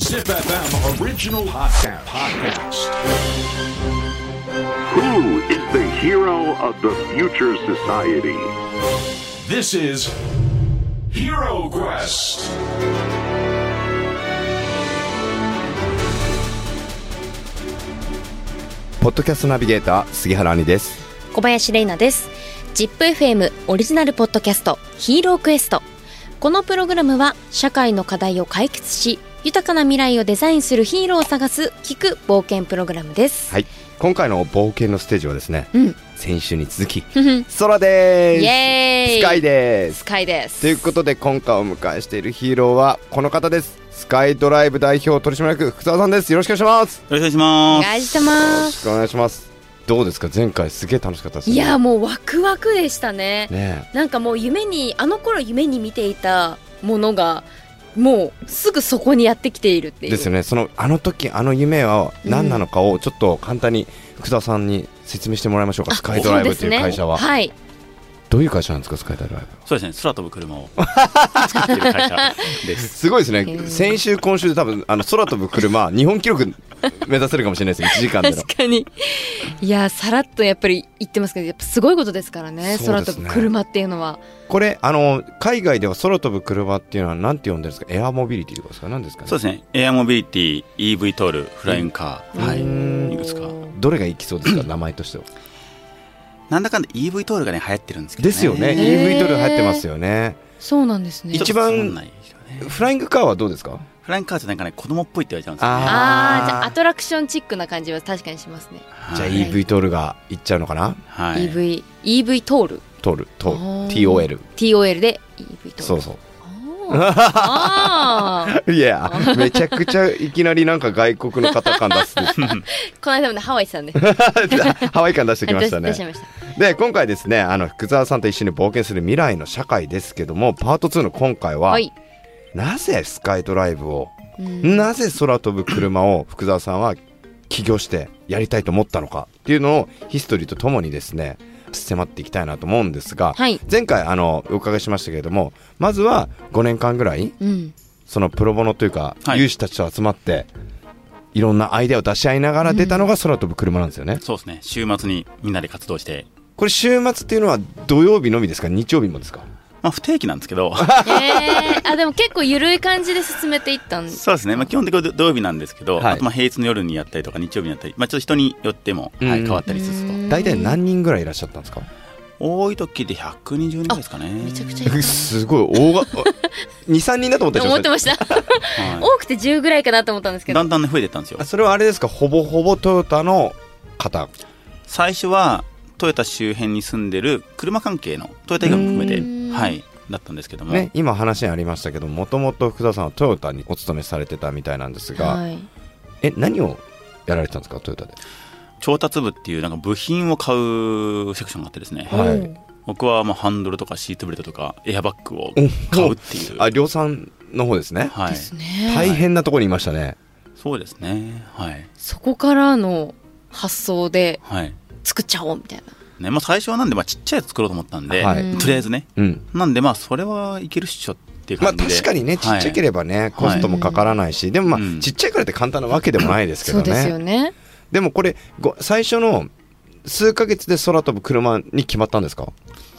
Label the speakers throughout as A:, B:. A: Zip FM original podcast. podcast.
B: Who is the hero of the future society?
A: This is Hero Quest.
C: ポッドキャストナビゲーター杉原兄です。
D: 小林玲奈です。ZIPFM オリジナルポッドキャストヒーロークエスト。このプログラムは社会の課題を解決し、豊かな未来をデザインするヒーローを探す聞く冒険プログラムです。
C: はい。今回の冒険のステージはですね、
D: うん。
C: 先週に続き
D: ふふ
C: 空です。
D: イエーイ
C: スカイです
D: ス。カイです。
C: ということで今回お迎えしているヒーローはこの方です。スカイドライブ代表取締役福澤さんです。よろしくお願いします。
E: よろしくお
D: お
E: 願いしま
D: 願いしてま
C: よろ
D: す。
C: しくお願いします。どうですか前回すげえ楽しかったですね。
D: いやもうワクワクでしたね。
C: ね
D: なんかもう夢にあの頃夢に見ていたものがもうすぐそこにやってきているって
C: え
D: いう。
C: ですよね。そのあの時あの夢は何なのかをちょっと簡単に福澤さんに説明してもらいましょうか。
D: あ
C: スカイドライブと
D: そ
C: いう
D: です
C: う
D: ね
C: 会社は、
D: はい。
C: どういう会社なんですかスカイドライブは。
E: す。そうですね、空飛ぶ車を作ってる会社 です。
C: すごいですね、
D: うん
C: 先週、今週で多分あの空飛ぶ車、日本記録目指せるかもしれない です、1時間での。
D: 確かにいやさらっとやっぱり言ってますけどやっぱすごいことですからね
C: そう
D: 空
C: ですね
D: 飛ぶ車っていうのは
C: これあの、海外では空飛ぶ車っていうのは、なんて呼んでるんですか、エアモビリティとかですか、なんですかね
E: そうですね、エアモビリティ、EV トール、フライングカー、は
C: う
E: い、
C: ん
E: いくつか。
C: どれがいきそうですか、名前としては。
E: なんだかんだ EV トールがね、流行ってるんですけどね。
C: ですよね、
D: へー
C: EV トル入ってますよね。
D: そうなんですね
E: ちょっ
C: 一
E: と
C: 番
E: つまんないですよね
C: フライングカーはどうですか
E: フライングカーってなんかね、子供っぽいって言われちゃうんですよね。
D: あーじゃ
C: あ
D: あ
C: ー
D: アトラクションチックな感じは確かにしますね、
E: はい
C: じゃあ EV トルがいっちゃうのかな、
E: はい。
D: EV EV トール
C: トル、ト
D: あー
C: TOL、
D: TOL で EV トール
C: そうそう。
D: あー
C: いや、めちゃくちゃいきなりなんか外国の方感出 す。
D: この間もねハワイさんで
C: ハワイ感出してきましたね
D: 出。しました
C: で今回ですねあの福澤さんと一緒に冒険する未来の社会ですけどもパート2の今回は、
D: はい、
C: なぜスカイドライブを、
D: うん
C: なぜ空飛ぶ車を福澤さんは起業してやりたいと思ったのかっていうのをヒストリーとともにですね迫っていきたいなと思うんですが、
D: はい
C: 前回あのお伺いしましたけれどもまずは5年間ぐらい
D: うん、
C: そのプロボノというか、
E: はい
C: 有志たちと集まっていろんなアイデアを出し合いながら出たのが空飛ぶ車なんですよね。
E: そうですね、週末にみんなで活動して、
C: これ週末っていうのは土曜日のみですか日曜日もですか
E: まあ不定期なんですけ ど、
D: えー、あでも結構ゆるい感じで進めていったんです
E: そうですね、まあ基本的に土土曜日なんですけど、
C: はい
E: あとまあ平日の夜にやったりとか日曜日にやったり、まあちょっと人によっても、
C: うん
E: はい、変わったりすると。
C: 大体何人ぐらいいらっしゃったんですか
E: 多い時で120人ぐらいですかね。
D: めちゃ くちゃいいな
C: すごい大 が23人だと思ったでしょ
D: 思ってました
E: はい
D: 多くて10ぐらいかなと思ったんですけど
E: だんだんね増えてったんですよ
C: あそれはあれですかほぼほぼトヨタの方
E: 最初はトヨタ周辺に住んでる車関係のトヨタ以外も
D: う
E: 含
D: ー
E: め
D: ん
E: てはいだったんですけども、
C: ね今話にありましたけどもともと福田さんはトヨタにお勤めされてたみたいなんですが、
D: はい、
C: え何をやられてたんですかトヨタで
E: 調達部っていうなんか部品を買うセクションがあってですね、
C: はい
D: うん
E: 僕はもうハンドルとかシートベルトとかエアバッグを買うっていう、
C: あ量産の方ですね、
E: はい、
D: ですね、
C: 大変なところにいましたね
E: そうですねはい
D: そこからの発想で
E: はい
D: 作っちゃおうみたいな
E: ねまあ、最初はなんでまあちっちゃいやつ作ろうと思ったんで、
C: はい
E: とりあえずね
C: うん
E: なんでまあそれはいけるっしょっていう
C: まあ
E: 感じで
C: 確かにねちっちゃけれ
E: ば、
C: ばね、コストもかからないし、でもまあ、
E: うん
C: ちっちゃいからって簡単なわけでもないですけ
D: そ
C: ど
D: う
C: ね
D: ですよね
C: でもこれご最初の数ヶ月で空飛ぶ車に決まったんですか
E: は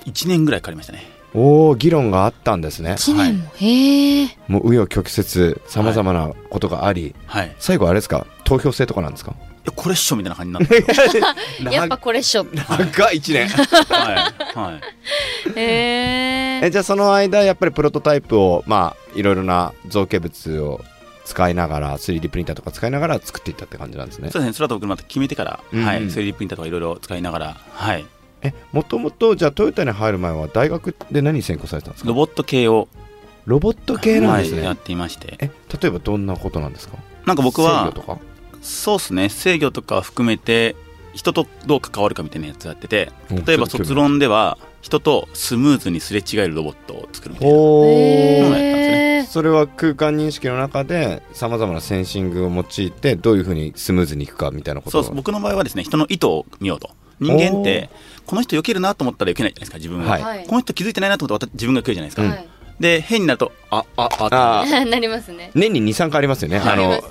E: い、1年ぐらいかかりましたね
C: おお議論があったんですね
D: 1年も、へえ
C: もう紆余曲折さまざまなことがあり、
E: はいい
C: 最後あれですか投票制とかなんですか
E: やこれっしょみたいな感じにな って、
D: やっぱこれっしょ
C: 長い1年
E: はいはい、
D: へ
C: え
D: え
C: じゃあその間やっぱりプロトタイプをまあいろいろな造形物を使いながら 3D プリンターとか使いながら作っていったって感じなんですね
E: そうですね、空飛ぶ車って決めてから、
C: うんうん
E: はい、3D プリンターとかいろいろ使いながら、はい、
C: えもともとじゃあトヨタに入る前は大学で何専攻されてたんです
E: ロ
C: か
E: ボット系を、
C: ロボット系なんですね、
E: はいやっていまして、
C: え例えばどんなことなんですか
E: なんか僕
C: 制御
E: は
C: と、か
E: そうですね、制御とか含めて、人とどう関わるかみたいなやつやってて
C: お、
E: 例えば
C: ちょっと興味ある
E: 卒論では、人とスムーズにすれ違えるロボットを作るみたいな。
C: お
E: ー
D: へー
C: それは空間認識の中でさまざまなセンシングを用いてどういうふうにスムーズにいくかみたいなこと
E: そうです僕の場合はですね、人の意図を見ようと。人間って、この人避けるなと思ったら避けないじゃないですか、自分は。
C: はい
D: はい
E: この人気づいてないなと思ったら私自分が来るじゃないですか。
D: はい
E: で変になるとあああ
C: あ
E: っ
C: ー
D: なりますね。
C: 年に23回ありますよね、
E: はい
C: あ
D: あ
C: の
D: ります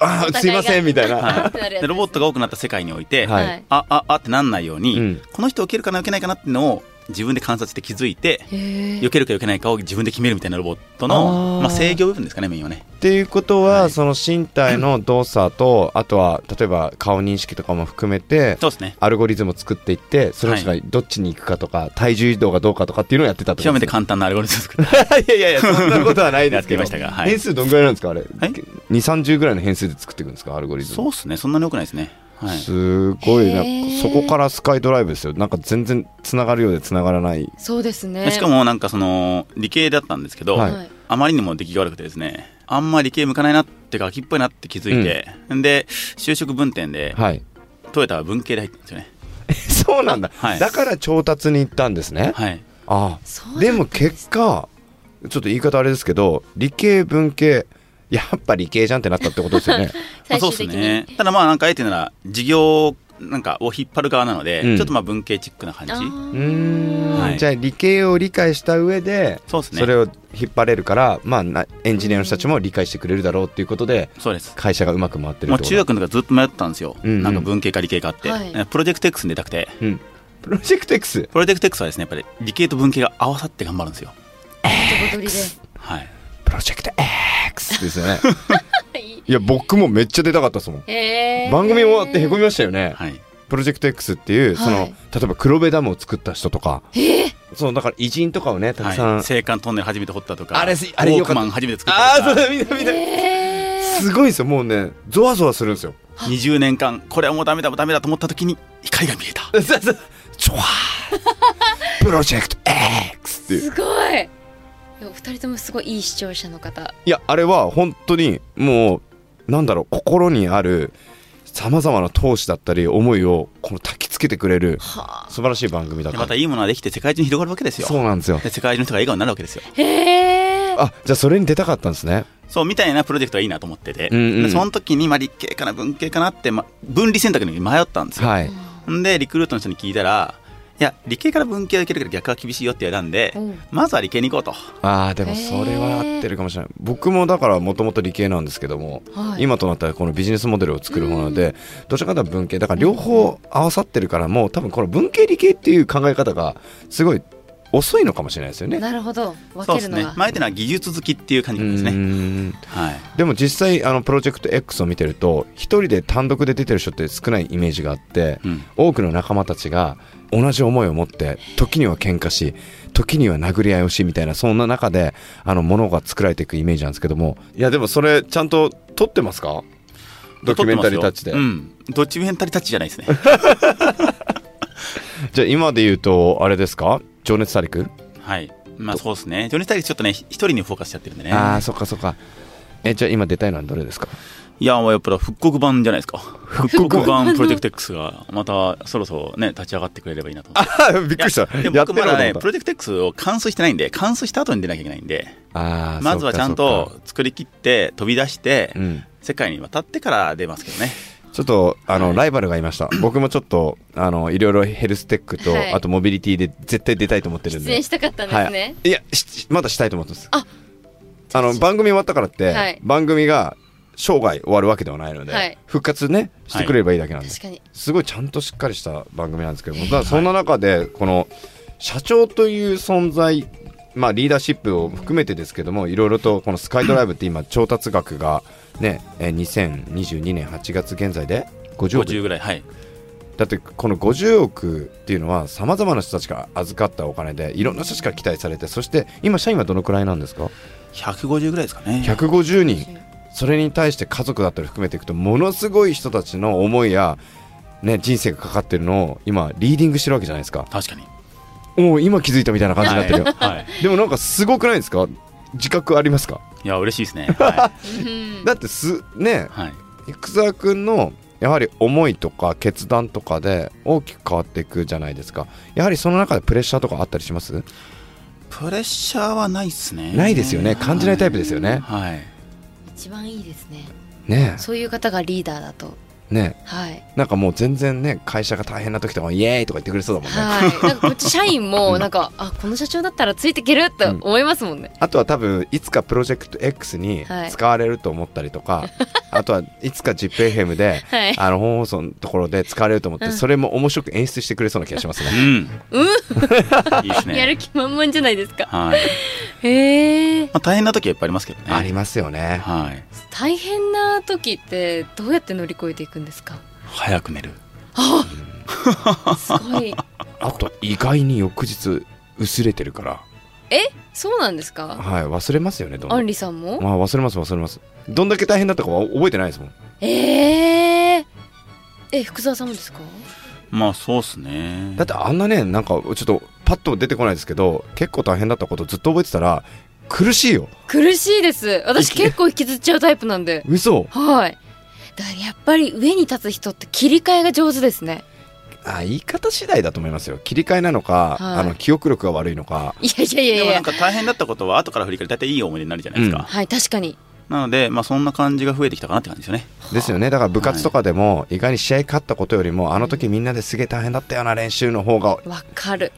C: あー
D: お互いが
C: すいませんみたいな、
E: は
D: ってなる
E: て
D: やつ
E: でロボットが多くなった世界において、
C: はい
D: はい。
E: あああってなんないように、
C: うん
E: この人受けるかな受けないかなっていうのを自分で観察して気づいて
D: へ
E: 避
D: え。
E: けるか避けないかを自分で決めるみたいなロボットの
C: あー
E: まあ、制御部分ですかねメインはね
C: っていうことは、
E: はい
C: その身体の動作とあとは例えば顔認識とかも含めて
E: そうですね
C: アルゴリズムを作っていってその人がどっちに行くかとか、体重移動がどうかとかっていうのをやってたってこと
E: 極めて
C: ですね
E: 簡単なアルゴリズム作っ て
C: いやいやいやそんなことはないですけど
E: やってましたがはい
C: 変数どんぐらいなんですかあれ、
E: い
C: 2三3 0ぐらいの変数で作っていくんですかアルゴリズム
E: そうですねそんなに多くないですねはい
C: すごい
D: へ
C: ね
D: ー
C: そこからスカイドライブですよなんか全然つながるようでつながらない
D: そうですね。
E: でしかもなんかその理系だったんですけど、
C: はい
D: はい
E: あまりにも出来が悪くてですねあんま理系向かないなっていうか秋っぽいなって気づいて、で就職分店で
C: はい
E: トヨタは文系で入ったんですよね
C: そうなんだ、
E: はい
C: だから調達に行ったんですね、
E: はい
C: あ
D: そう
C: あでも結果ちょっと言い方あれですけど理系文系やっぱ理系じゃんってなったってことですよ ね
E: まあ
D: 最
E: そう
D: 終
E: で
D: 的
E: す
D: に。
E: ねただまあなんかあえてなら事業なんかを引っ張る側なので、
C: うん
E: ちょっとまあ文系チックな感じ
D: あ
C: う
D: ー
C: ーん、
E: はい
C: じゃあ理系を理解した上で
E: そうですね
C: それを引っ張れるから、まあ、なエンジニアの人たちも理解してくれるだろうっていうことで
E: そうです
C: 会社がうまく回ってる
E: も
C: っ
E: う
C: てこと
E: 中学の時からずっと迷ってたんですよ、
C: うんうん
E: なんか文系か理系かって、
D: はい
E: プロジェクト X に出たくて
C: うん、プロジェクト X
E: プロジェクト X はですねやっぱり理系と文系が合わさって頑張るんですよ
D: 男取り
E: はい
C: プロジェクト X です よね
D: で。いい
C: いや僕もめっちゃ出たかったですも ん
D: へえ。
C: 番組終わってへこみましたよね、
E: はい
C: プロジェクト X っていうその、
D: はい
C: 例えば黒部ダムを作った人とかそのだから偉人とかをねたくさん、
E: はい、青函トンネル初めて掘ったとか
C: あれすあれ
E: ウォ
C: よ
E: ー
C: かっ
E: ク
C: た
E: マン初めて作ったと
C: ああ
E: か
C: そうだ見た見た、
D: へー
C: すごいですよもうねゾワゾワするんですよ
E: 20年間これはもうダメだダメだと思った時に光が見えた
C: そうそうチョワ ープロジェクト X っていう
D: すごいいやお二人ともすごいいい視聴者の方
C: いやあれは本当にもうなんだろう心にあるさまざまな闘志だったり思いをこの焚きつけてくれる
D: はあ
C: 素晴らしい番組だった
E: またいいものができて世界中に広がるわけですよ
C: そうなんですよ
E: で世界中の人が笑顔になるわけですよ
D: へえ
C: あじゃあそれに出たかったんですね
E: そうみたいなプロジェクトがいいなと思ってて、
C: うんうん
E: でその時にまあ理系かな文系かなって、ま、分離選択に迷ったんですよ、
C: はい
E: んでリクルートの人に聞いたらいや理系から文系はいけるけど逆は厳しいよって選んで、
D: うん
E: まずは理系に行こうと
C: あーでもそれは合ってるかもしれない僕もだからもともと理系なんですけども、
D: はい
C: 今となったらこのビジネスモデルを作る方なので、どちらかというと文系だから両方合わさってるからもう多分この文系理系っていう考え方がすごい遅いのかもしれないですよね。
D: なるほど分
E: そう
D: ける
E: です
D: の
E: ね
D: が、
E: 前っていうのは技術好きっていう感じなんです
C: うー
E: ね、
C: ん
E: はい、
C: でも実際あのプロジェクト X を見てると一人で単独で出てる人って少ないイメージがあって、
E: うん
C: 多くの仲間たちが同じ思いを持って時には喧嘩し時には殴り合いをしみたいなそんな中であのものが作られていくイメージなんですけどもいやでもそれちゃんと撮ってますかドキュメンタリータッチで、
E: うんドキュメンタリータッチじゃな いですね
C: じゃあ今で言うとあれですか情熱大陸、
E: はいまあそうですね情熱大陸ちょっとね一人にフォーカスしちゃってるんでね
C: ああそっかそっかえじゃあ今出たいのはどれですか
E: いや、もうやっぱ復刻版じゃないですか。復刻版プロジェクト X が、またそろそろね、立ち上がってくれればいいなと思って。
C: あ びっくりした
E: で僕まだね、プロジェクト X を完遂してないんで、完遂した後に出なきゃいけないんで、
C: あー
E: まずはちゃ
C: そ
E: ん
C: っかそっ
E: と作り切って、飛び出して、
C: かうん
E: 世界に渡ってから出ますけどね。
C: ちょっとあのライバルがいました僕もちょっとあのいろいろヘルステックと、
D: はい
C: あとモビリティで絶対出たいと思ってるんで
D: 出演したかったんですね、
C: はい、いやしまだしたいと思ってます
D: あ
C: あの番組終わったからって、
D: はい
C: 番組が生涯終わるわけではないので、
D: はい
C: 復活ねしてくれればいいだけなんで、
D: 確かに
C: すごいちゃんとしっかりした番組なんですけ どもだからそんな中でこの社長という存在まあリーダーシップを含めてですけどもいろいろとこのスカイドライブって今調達額がねえー2022年8月現在で50億
E: 50ぐらい、はい。
C: だってこの50億っていうのはさまざまな人たちが預かったお金でいろんな人たちから期待されてそして今社員はどのくらいなんですか
E: 150ぐらいですかね。
C: 150人それに対して家族だったり含めていくとものすごい人たちの思いや、ね、人生がかかってるのを今リーディングしてるわけじゃないですか
E: 確かに。
C: もう今気づいたみたいな感じになってるよ、
E: はい。
C: でもなんかすごくないですか自覚ありますか
E: いや、嬉しいです ね。は
D: うん
C: だってすね
E: い。はい、
C: 福沢君のやはり思いとか決断とかで大きく変わっていくじゃないですかやはりその中でプレッシャーとかあったりします
E: プレッシャーはないですね。
C: ないですよね感じないタイプですよね
E: はい。
D: 一番いいですね
C: ね
D: そういう方がリーダーだと
C: ね
D: はい。
C: なんかもう全然ね会社が大変な時とかもイエーイとか言ってくれそうだもんね、
D: はい。なんかこっち社員も、なんか、あ、この社長だったらついていけるって思いますもんね。
C: あとは多分いつかプロジェクト X に
D: はい
C: 使われると思ったりと か、あとはいつか ZIPFM で、
D: はい
C: あの本放送のところで使われると思って、
D: うん
C: それも面白く演出してくれそうな気がします
E: う
C: ね。
E: ん。いいで す
D: や
E: ね。
D: る気満々じゃないですか。
E: はい。
D: へえ。
E: まあ大変な時はいっぱいありますけどね。
C: ありますよね。
E: はい。
D: 大変な時って、どうやって乗り越えていくんですか。
E: 早く寝る。
D: すご い。
C: あと意外に翌日薄れてるから、
D: そうなんですか。
C: はい、忘れますよねどんど
D: ア
C: ん
D: ンリさんも。
C: まあ忘れます忘れますどんだけ大変だったかは覚えてないですもん
D: ええ。え、福沢さんもですか。
E: まあそうっすね。
C: だってあんなねなんかちょっとパッと出てこないですけど結構大変だったことずっと覚えてたら苦しいよ
D: 苦しいです。私結構引きずっちゃうタイプなんで。
C: 嘘
D: はい。だからやっぱり上に立つ人って切り替えが上手ですね。
C: あ言い方次第だと思いますよ切り替えなのか、
D: はい
C: あの記憶力が悪いのか
D: いやいやい
E: で
D: やい
E: もな
D: や
E: ん。か大変だったことは後から振り返り大体いい思い出になるじゃないですか。
D: はい、確かに。
E: なので、まあそんな感じが増えてきたかなって感じですよね。
C: ですよねだから部活とかでも、意外に試合勝ったことよりもあの時みんなですげえ大変だったよな練習の方が
D: わかる。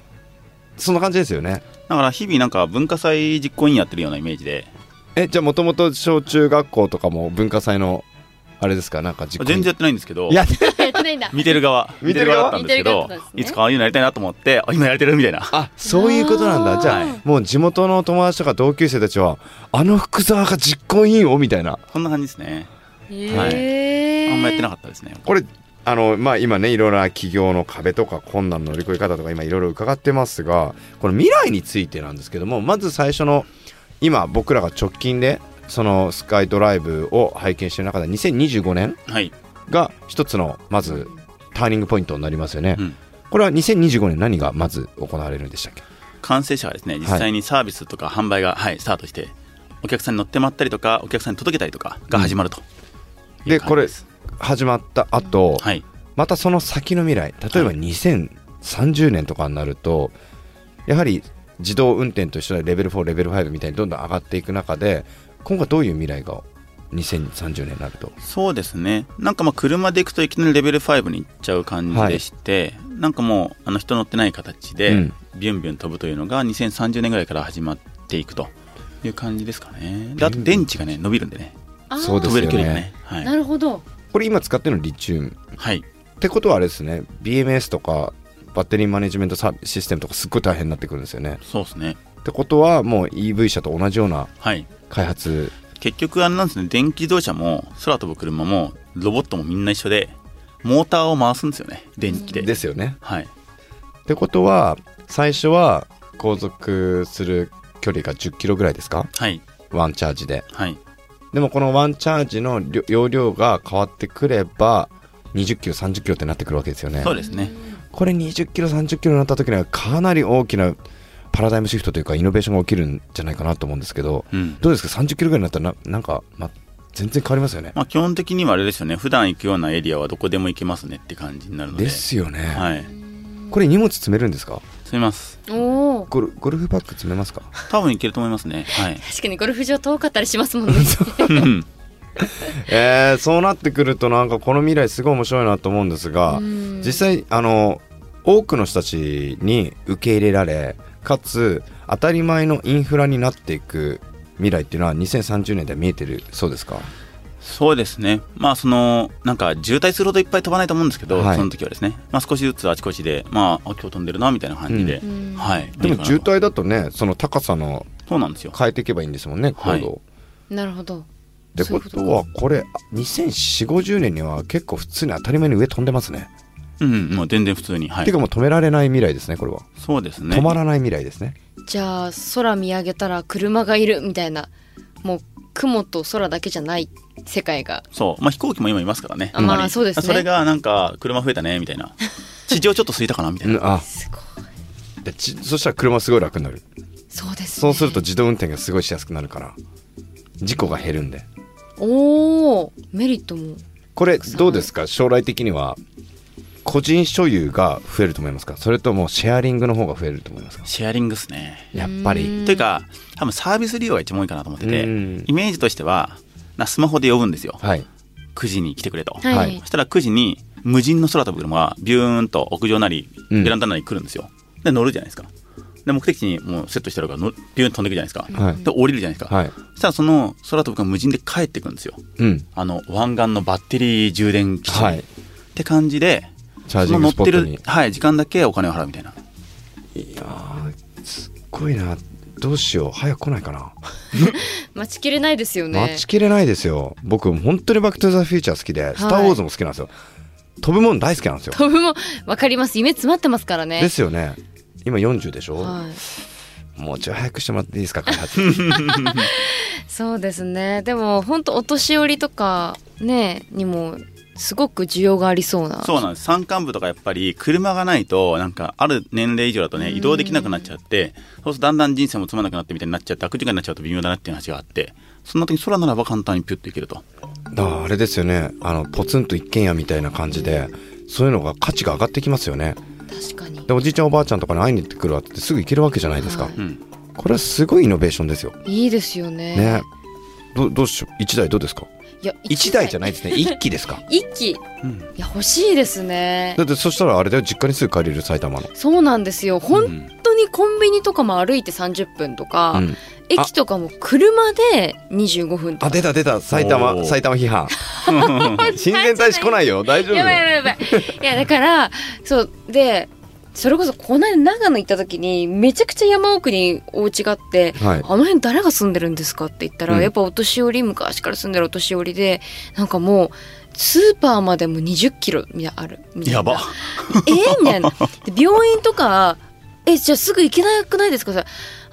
C: そんな感じですよね
E: だから日々なんか文化祭実行委員やってるようなイメージで、
C: えじゃあもともと小中学校とかも文化祭のあれですかなんか実行委員
E: 全然やってないんですけど、
C: いや
D: やってないんだ。
E: 見てる側、
C: 見てる側
E: だったんですけど
D: 見てる側だったんです、ね
E: いつかああいうのやりたいなと思って、あ、今やれてるみたいな。
C: あそういうことなん
D: あ
C: だ
D: ー
C: じゃあもう地元の友達とか同級生たちはあの福沢が実行委員をみたいな
E: こんな感じですね。はい
D: ええ。
E: あんまやってな
D: か
E: かったですね。
C: これあのまあ今ねいろいろな企業の壁とか困難の乗り越え方とか今いろいろ伺ってますがこの未来についてなんですけどもまず最初の今僕らが直近でそのスカイドライブを拝見してる中で2025年
E: はい。
C: が一つのまずターニングポイントになりますよね、
E: うん
C: これは2025年何がまず行われるんでしたっけ
E: 完成車がですね、実際にサービスとか販売が、はい、スタートして、お客さんに乗ってもらったりとか、お客さんに届けたりとかが始まると。い
C: で
E: う感じ
C: これ
E: す
C: 始まった後、
E: はい。
C: またその先の未来例えば
E: はい
C: 2030年とかになるとやはり自動運転と一緒でレベル4レベル5みたいにどんどん上がっていく中で今後はどういう未来が2030年になると
E: そうですね。なんかまあ車で行くといきなりレベル5に行っちゃう感じでして、なんかもうあの人乗ってない形
C: う
E: で
C: ん
E: ビュンビュン飛ぶというのが2030年ぐらいから始まっていくという感じですかね。であと電池がね伸びるんでね、
D: った
C: そうで
E: 飛
C: す
E: べ
C: よね
E: る距離がね。は。
D: ないるほど。
C: これ今使ってるのリチウム
E: はい。
C: ってことはあれですね BMS とかバッテリーマネジメントサービシステムとかすっごい大変になってくるんですよね
E: そうですね。
C: ってことはもう EV 車と同じような
E: はい。
C: 開発
E: 結局あれなんですね。電気自動車も空飛ぶ車もロボットもみんな一緒で、モーターを回すんですよね。電気で。
C: ですよね
E: はい。
C: ってことは最初は航続する距離が10キロぐらいですか
E: はい。
C: ワンチャージで
E: はい。
C: でもこのワンチャージの量容量が変わってくれば20キロ30キロってなってくるわけですよね
E: そうですね。
C: これ20キロ30キロになった時にはかなり大きなパラダイムシフトというかイノベーションが起きるんじゃないかなと思うんですけど
E: うん。
C: どうですか30キロぐらいになったらななんか、ま、全然変わりますよね
E: まあ、基本的にはあれですよね普段行くようなエリアはどこでも行けますねって感じになるので
C: ですよね、
E: はい
C: これ荷物積めるんですか
E: 積みます
D: おお。
C: ゴルゴルフバッグ積めますか
E: 多分行けると思いますね はい
D: 確かにゴルフ場遠かったりしますもんね。
E: うん
C: えー、そうなってくるとなんかこの未来すごい面白いなと思うんですが、
D: うん
C: 実際あの多くの人たちに受け入れられかつ当たり前のインフラになっていく未来っていうのは2030年では見えてるそうですか
E: そうですねまあそのなんか渋滞するほどいっぱい飛ばないと思うんですけど、
C: はい
E: その時はですね、まあ、少しずつあちこちでまああ今日飛んでるなみたいな感じで、
D: うん
E: はい
C: でも渋
E: いいかなと
C: 滞だとねその高さの
E: そうなんですよ
C: 変えていけばいいんですもんね高
E: はい
C: 度、
D: なるほど。
C: って
D: そう
C: こ
D: いうことか
C: とはこれ204050年には結構普通に当たり前に上飛んでますね、
E: うんもう全然普通には
C: てい
E: い
C: か
E: う
C: もう止められない未来ですねこれは、
E: そうですね
C: 止まらない未来ですね
D: じゃあ空見上げたら車がいるみたいな。もう雲と空だけじゃない世界が。
E: そうまあ飛行機も今いますからね
D: あまあ
E: んり
D: そうですね
E: それがなんか車増えたねみた いな地上ちょっと空いたかなみたい
C: うん
E: な
C: あ
D: すごい。
C: でちそしたら車すごい楽になる
D: そうです、ね。
C: そうすると。自動運転がすごいしやすくなるから事故が減るんで
D: おお。メリットも。
C: これどうですか将来的には個人所有が増えると思いますかそれともシェアリングの方が増えると思いますか
E: シェアリングっすね
C: やっぱり
E: というか多分サービス利用が一番多いかなと思ってて
C: うん
E: イメージとしてはなスマホで呼ぶんですよ
C: はい
E: 9時に来てくれと、
D: はい、
C: はい
E: そしたら9時に無人の空飛ぶ車がビューンと屋上なり
C: うん
E: ベランダなりに来るんですよ、で乗るじゃないですかで目的地にもうセットしてあるからのビューンと飛んでいくじゃないですか、
C: はい
E: で降りるじゃないですか、
C: はい
E: そしたらその空飛ぶ車無人で帰ってくるんですよ
C: うん
E: あの湾岸のバッテリー充電基地に、
C: はい
E: って感じで
C: チャージングスポットに
E: その乗ってる、はい、時間だけお金を払うみたいない
C: やーすっごいなどうしよう早く来ないかな
D: 待ちきれないですよね
C: 待ちきれないですよ僕本当に「バック・トゥ・ザ・フューチャー」好きで「スター・ウォーズ」も好きなんですよ飛ぶもの大好きなんですよ
D: 飛 ぶもわかります夢詰まってますからね
C: ですよね今40でしょ、
D: はい
C: もうちょい早くしてもらっていいですか開発
D: そうですねでも本当お年寄りとかねにもすごく需要がありそうな
E: そうなんです山間部とかやっぱり車がないとなんかある年齢以上だとね移動できなくなっちゃってそうするとだんだん人生もつまんなくなってみたいになっちゃって悪循環になっちゃうと微妙だなっていう話があってそんな時空ならば簡単にピュッと行けると
C: だからあれですよねあのポツンと一軒家みたいな感じでそういうのが価値が上がってきますよね
D: 確かに
C: でおじいちゃんおばあちゃんとかに会いに行ってくるわってすぐ行けるわけじゃないですか、
D: はい
E: うん
C: これはすごいイノベーションですよ
D: いいですよね
C: ねどどうしよう1台どうですか
D: いや
C: 1台じゃ
D: ない
C: ないですね1機ですか
D: 一機い
E: うん
D: や欲しいですね
C: だってそしたらあれだよ実家にすぐ帰れる埼玉の
D: そうなんですよ本当にコンビニとかも歩いて30分とか、
C: うん
D: 駅とかも車で25分と
C: あ
D: か
C: 出た出た埼
E: お
C: 玉
E: ー
C: 埼玉批判親善大使来ないよ大丈夫
D: やばいやばいやばいいやだからそうでそれこそこの間長野行った時にめちゃくちゃ山奥にお家があって、
C: はい
D: あの辺誰が住んでるんですかって言ったら、
C: うん
D: やっぱお年寄り昔から住んでるお年寄りでなんかもうスーパーまでも2 0キロみたいなあるみたいな
E: やば
D: えーみたいなで病院とかえじゃあすぐ行けなくないですか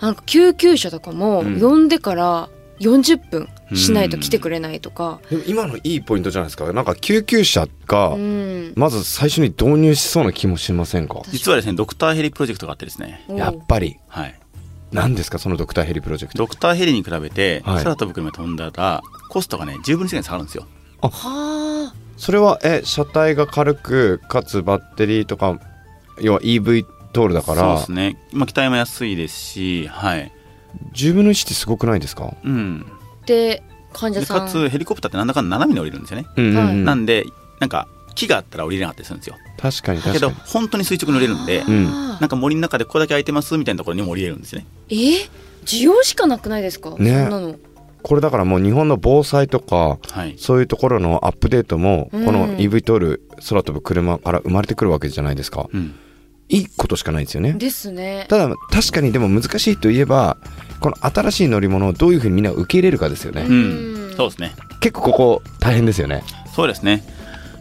D: なんか救急車とかも
C: うん
D: 呼んでから40分しないと来てくれないとか、
C: でも今のいいポイントじゃないですかなんか救急車が
D: うん、
C: まず最初に導入しそうな気もしませんか
E: 実はですねドクターヘリプロジェクトがあってですね
D: おう
C: やっぱり
E: はい
C: 何ですかそのドクターヘリプロジェクト
E: ドクターヘリに比べて
C: はい
E: 空飛ぶ車飛んだらコストがね10分の1ぐらい下がるんですよ
D: はあ
C: それはえ車体が軽くかつバッテリーとか要は EV トールだか
E: そうで
C: ら
E: すね、まあ、機体も安いですしはい
C: 10分の1ってすごくないですか
E: うん
D: で患者
E: で
D: さん
E: かつヘリコプターってなんだかんだ斜めに降りるんですよね
C: うんうんうん
E: なんで、なんか木があったら降りれなかったりするんですよ。
C: 確かに
E: だ
C: 確か
E: けど、
C: に
E: 本当に垂直に降りれるんで、
C: うん
E: なんか森の中でここだけ空いてますみたいなところにも降りれるんですね。
D: えー需要しかなくないですか、
C: ね
D: そんなの
C: これだからもう日本の防災とか
E: はい。
C: そういうところのアップデートもこ
D: うん
C: の EV トール空飛ぶ車から生まれてくるわけじゃないですか
E: うん。
C: いいことしかないですよね
D: ですね
C: ただ確かにでも難しいといえばこの新しい乗り物をどういうふうにみんな受け入れるかですよね、
E: うん。そうですね。
C: 結構ここ大変ですよね
E: そうですね。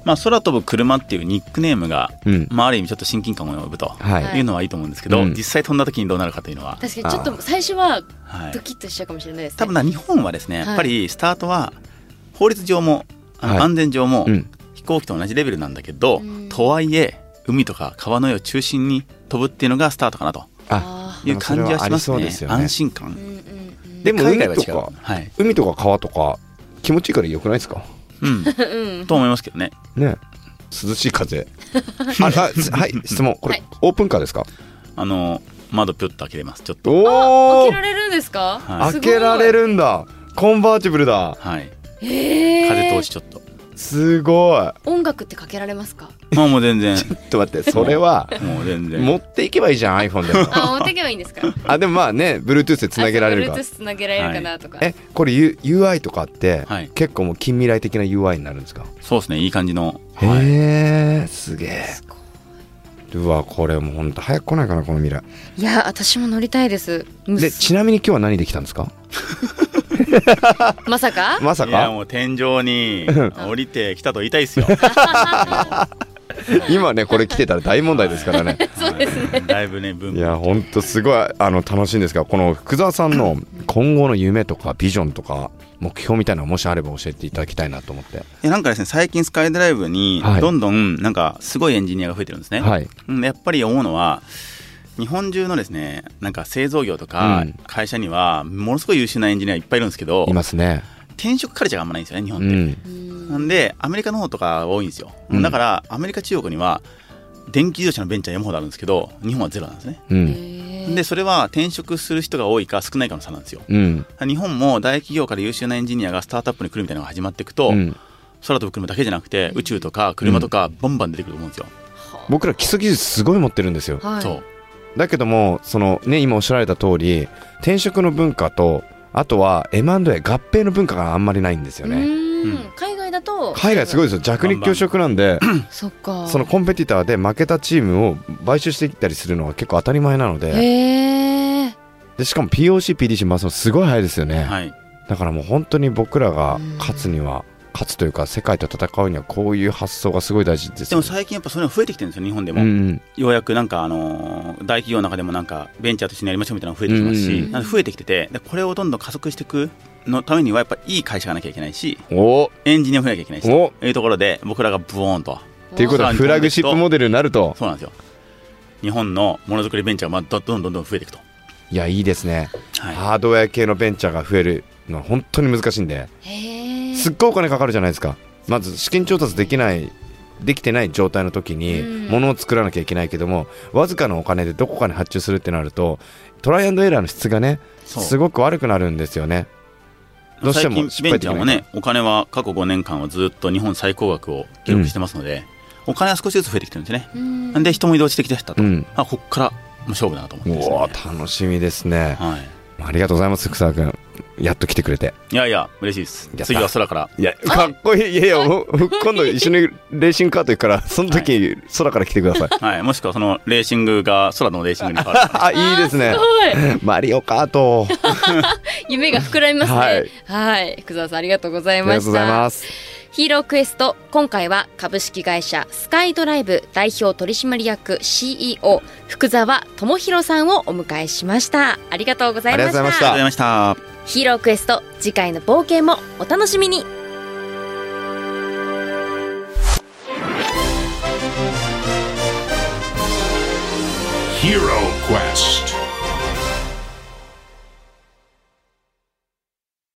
E: まあ、空飛ぶ車っていうニックネームが、
C: うん
E: まあ、ある意味ちょっと親近感を呼ぶと。
C: はい、
D: はい
E: いうのはいいと思うんですけど、
C: うん
E: 実際飛んだ時にどうなるかというのは、
D: 確かにちょっと最初は
E: はい
D: ド、キッとしちゃうかもしれないですね
E: 多分な日本はですね
D: はい
E: やっぱりスタートは法律上も、あの
C: はい
E: 安全上も、
C: うん
E: 飛行機と同じレベルなんだけど、
D: うん
E: とはいえ海とか川の上を中心に飛ぶっていうのがスタートかなと
C: あ
D: あ
E: いう感じはします
C: でもそれはありそう
E: ね
C: ですよね
E: 安
D: ー
E: 心
D: う
E: 感
D: んうんうん
C: でも
E: 海外は
C: 海
E: 違
C: と
E: う
C: か
E: はい、
C: 海とか川とか気持ちいいから良くないですか
E: うん、
D: うん
E: と思いますけどね
C: ね涼しい風 ああすはい質問これ、
D: はい
C: オープンカーですか
E: あの窓ピュッと開けれますちょっと
C: お
D: 開
C: お
D: けられるんですか、
E: は
C: 開
D: す
E: い
D: ごい
C: けられるんだコンバーチブルだ
E: はい
D: えー、
E: 風通しちょっと、
C: すごい
D: 音楽ってかけられますか
E: まあもう全然
C: ちょっと待ってそれは
E: もう全然
C: 持っていけばいいじゃん iPhone でも
D: あ持ってけばいいん ですか
C: あでもまあね Bluetooth でつなげられるか
D: Bluetooth つなげられるかなとか、
C: えこれ、U、UI とかって、
E: はい
C: 結構もう近未来的な UI になるんですか、
E: そうですねいい感じの、
C: へ
E: はい、
C: えすげえ
D: ごいう
C: わこれもうほんと早く来ないかなこの未来
D: いや私も乗りたいですむ
C: ですちなみに今日は何できたんですか
D: まさか
C: まさ
E: いや
C: か
E: もう天井に降りてきたと言いたいで すよ
C: 今ねこれ来てたら大問題ですからね
E: そうですねだいぶね分
C: いやほんとすごいあの楽しいんですがこの福澤さんの今後の夢とかビジョンとか目標みたいなのもしあれば教えていただきたいなと思って
E: いやなんかですね最近スカイドライブに
C: はい
E: どんどんなんかすごいエンジニアが増えてるんですね、
C: はい
E: うんでやっぱり思うのは日本中のですねなんか製造業と
C: う
E: か
C: ん
E: 会社にはものすごい優秀なエンジニアいっぱいいるんですけど、
C: いますね
E: 転職カルチャーがあんまないんですよね日本
C: う
E: って、
C: ん
E: なんでアメリカの方とか多いんですよ、
C: うん
E: だからアメリカ中国には電気自動車のベンチャー山ほどあるんですけど日本はゼロなんですね
C: う
D: え
C: ん
D: ー
E: でそれは転職する人が多いか少ないかの差なんですよ
C: うん
E: 日本も大企業から優秀なエンジニアがスタートアップに来るみたいなのが始まっていくと、
C: うん
E: 空飛ぶ車だけじゃなくて宇宙とか車とかバンバン出てくると思うんですよ。
C: 僕ら基礎技術すごい持ってるんですよ
D: はい、
E: そう
C: だけどもそのね今おっしゃられた通り転職の文化とあとは M&A 合併の文化があんまりないんですよ
D: う
C: ね
D: ー
E: うん
D: 海外だと
C: 海外すごいですよ弱肉強食なんで
D: そっか
C: そのコンペティターで負けたチームを買収してきたりするのは結構当たり前なので
D: へえ
C: でしかも POCPDC 回すのすごい早いですよね、
E: はい、
C: だからもう本当に僕らが勝つには勝つというか世界と戦うにはこういう発想がすごい大事です
E: で
C: よ
E: も
C: ね
E: 最近やっぱそういうの増えてきてるんですよ日本で
C: う
E: も、
C: んうん
E: ようやくなんか、あのー大企業の中でもなんかベンチャーとしてやりましょうみたいなのが増えてきてますし、
C: うん
E: なんか増えてきててでこれをどんどん加速していくのためにはやっぱいい会社がなきゃいけないし
C: お
E: エンジニアも増えなきゃいけないし
C: お
E: というところで僕らがブオーンと
C: っていうことはフラグシップモデルになると
E: そうなんですよ日本のものづくりベンチャーがまあどどんどんどんどん増えていくと、
C: いやいいですね
E: は
C: ハードウェア系のベンチャーが増えるのは本当に難しいんで
D: へえ
C: すっごいお金かかるじゃないですかまず資金調達できないできてない状態の時に
D: うん
C: 物を作らなきゃいけないけどもわずかなお金でどこかに発注するってなるとトライアンドエラーの質がね
E: そう
C: すごく悪くなるんですよねどうしても
E: 最近ベンチャーも
C: 失敗でき
E: ねお金は過去5年間はずっと日本最高額を記録してますので、お金は少しずつ増えてきてるんですね、
D: うん
E: なんで人も移動してきてしたと、
C: うん
E: あこっからもう勝負だなと思ってます、
C: おお
E: ね
C: 楽しみですね
E: はい
C: ありがとうございます福沢君やっと来てくれて
E: いやいや、嬉しいです
C: やった。
E: 次は空から。
C: いやかっこいいいやいやもう今度一緒にレーシングカート行くからその時空から来てく ださい。
E: はい、もしくはそのレーシングが空のレーシングに変わる
C: あいいですね
D: すごい
C: マリオカート
D: 夢が膨らみますね。
C: は
D: はいい、福沢さんありがとうござい
C: ありが
D: ま
C: とう
D: した。
C: ございます
D: ヒーロークエスト今回は株式会社スカイドライブ代表取締役 CEO 福沢智弘さんをお迎えしました。ありがとうございま
C: ありがとうございまし
D: したた。
E: ありがとうございました。
D: ヒーロークエスト次回の冒険もお楽しみに。
A: Hero Quest.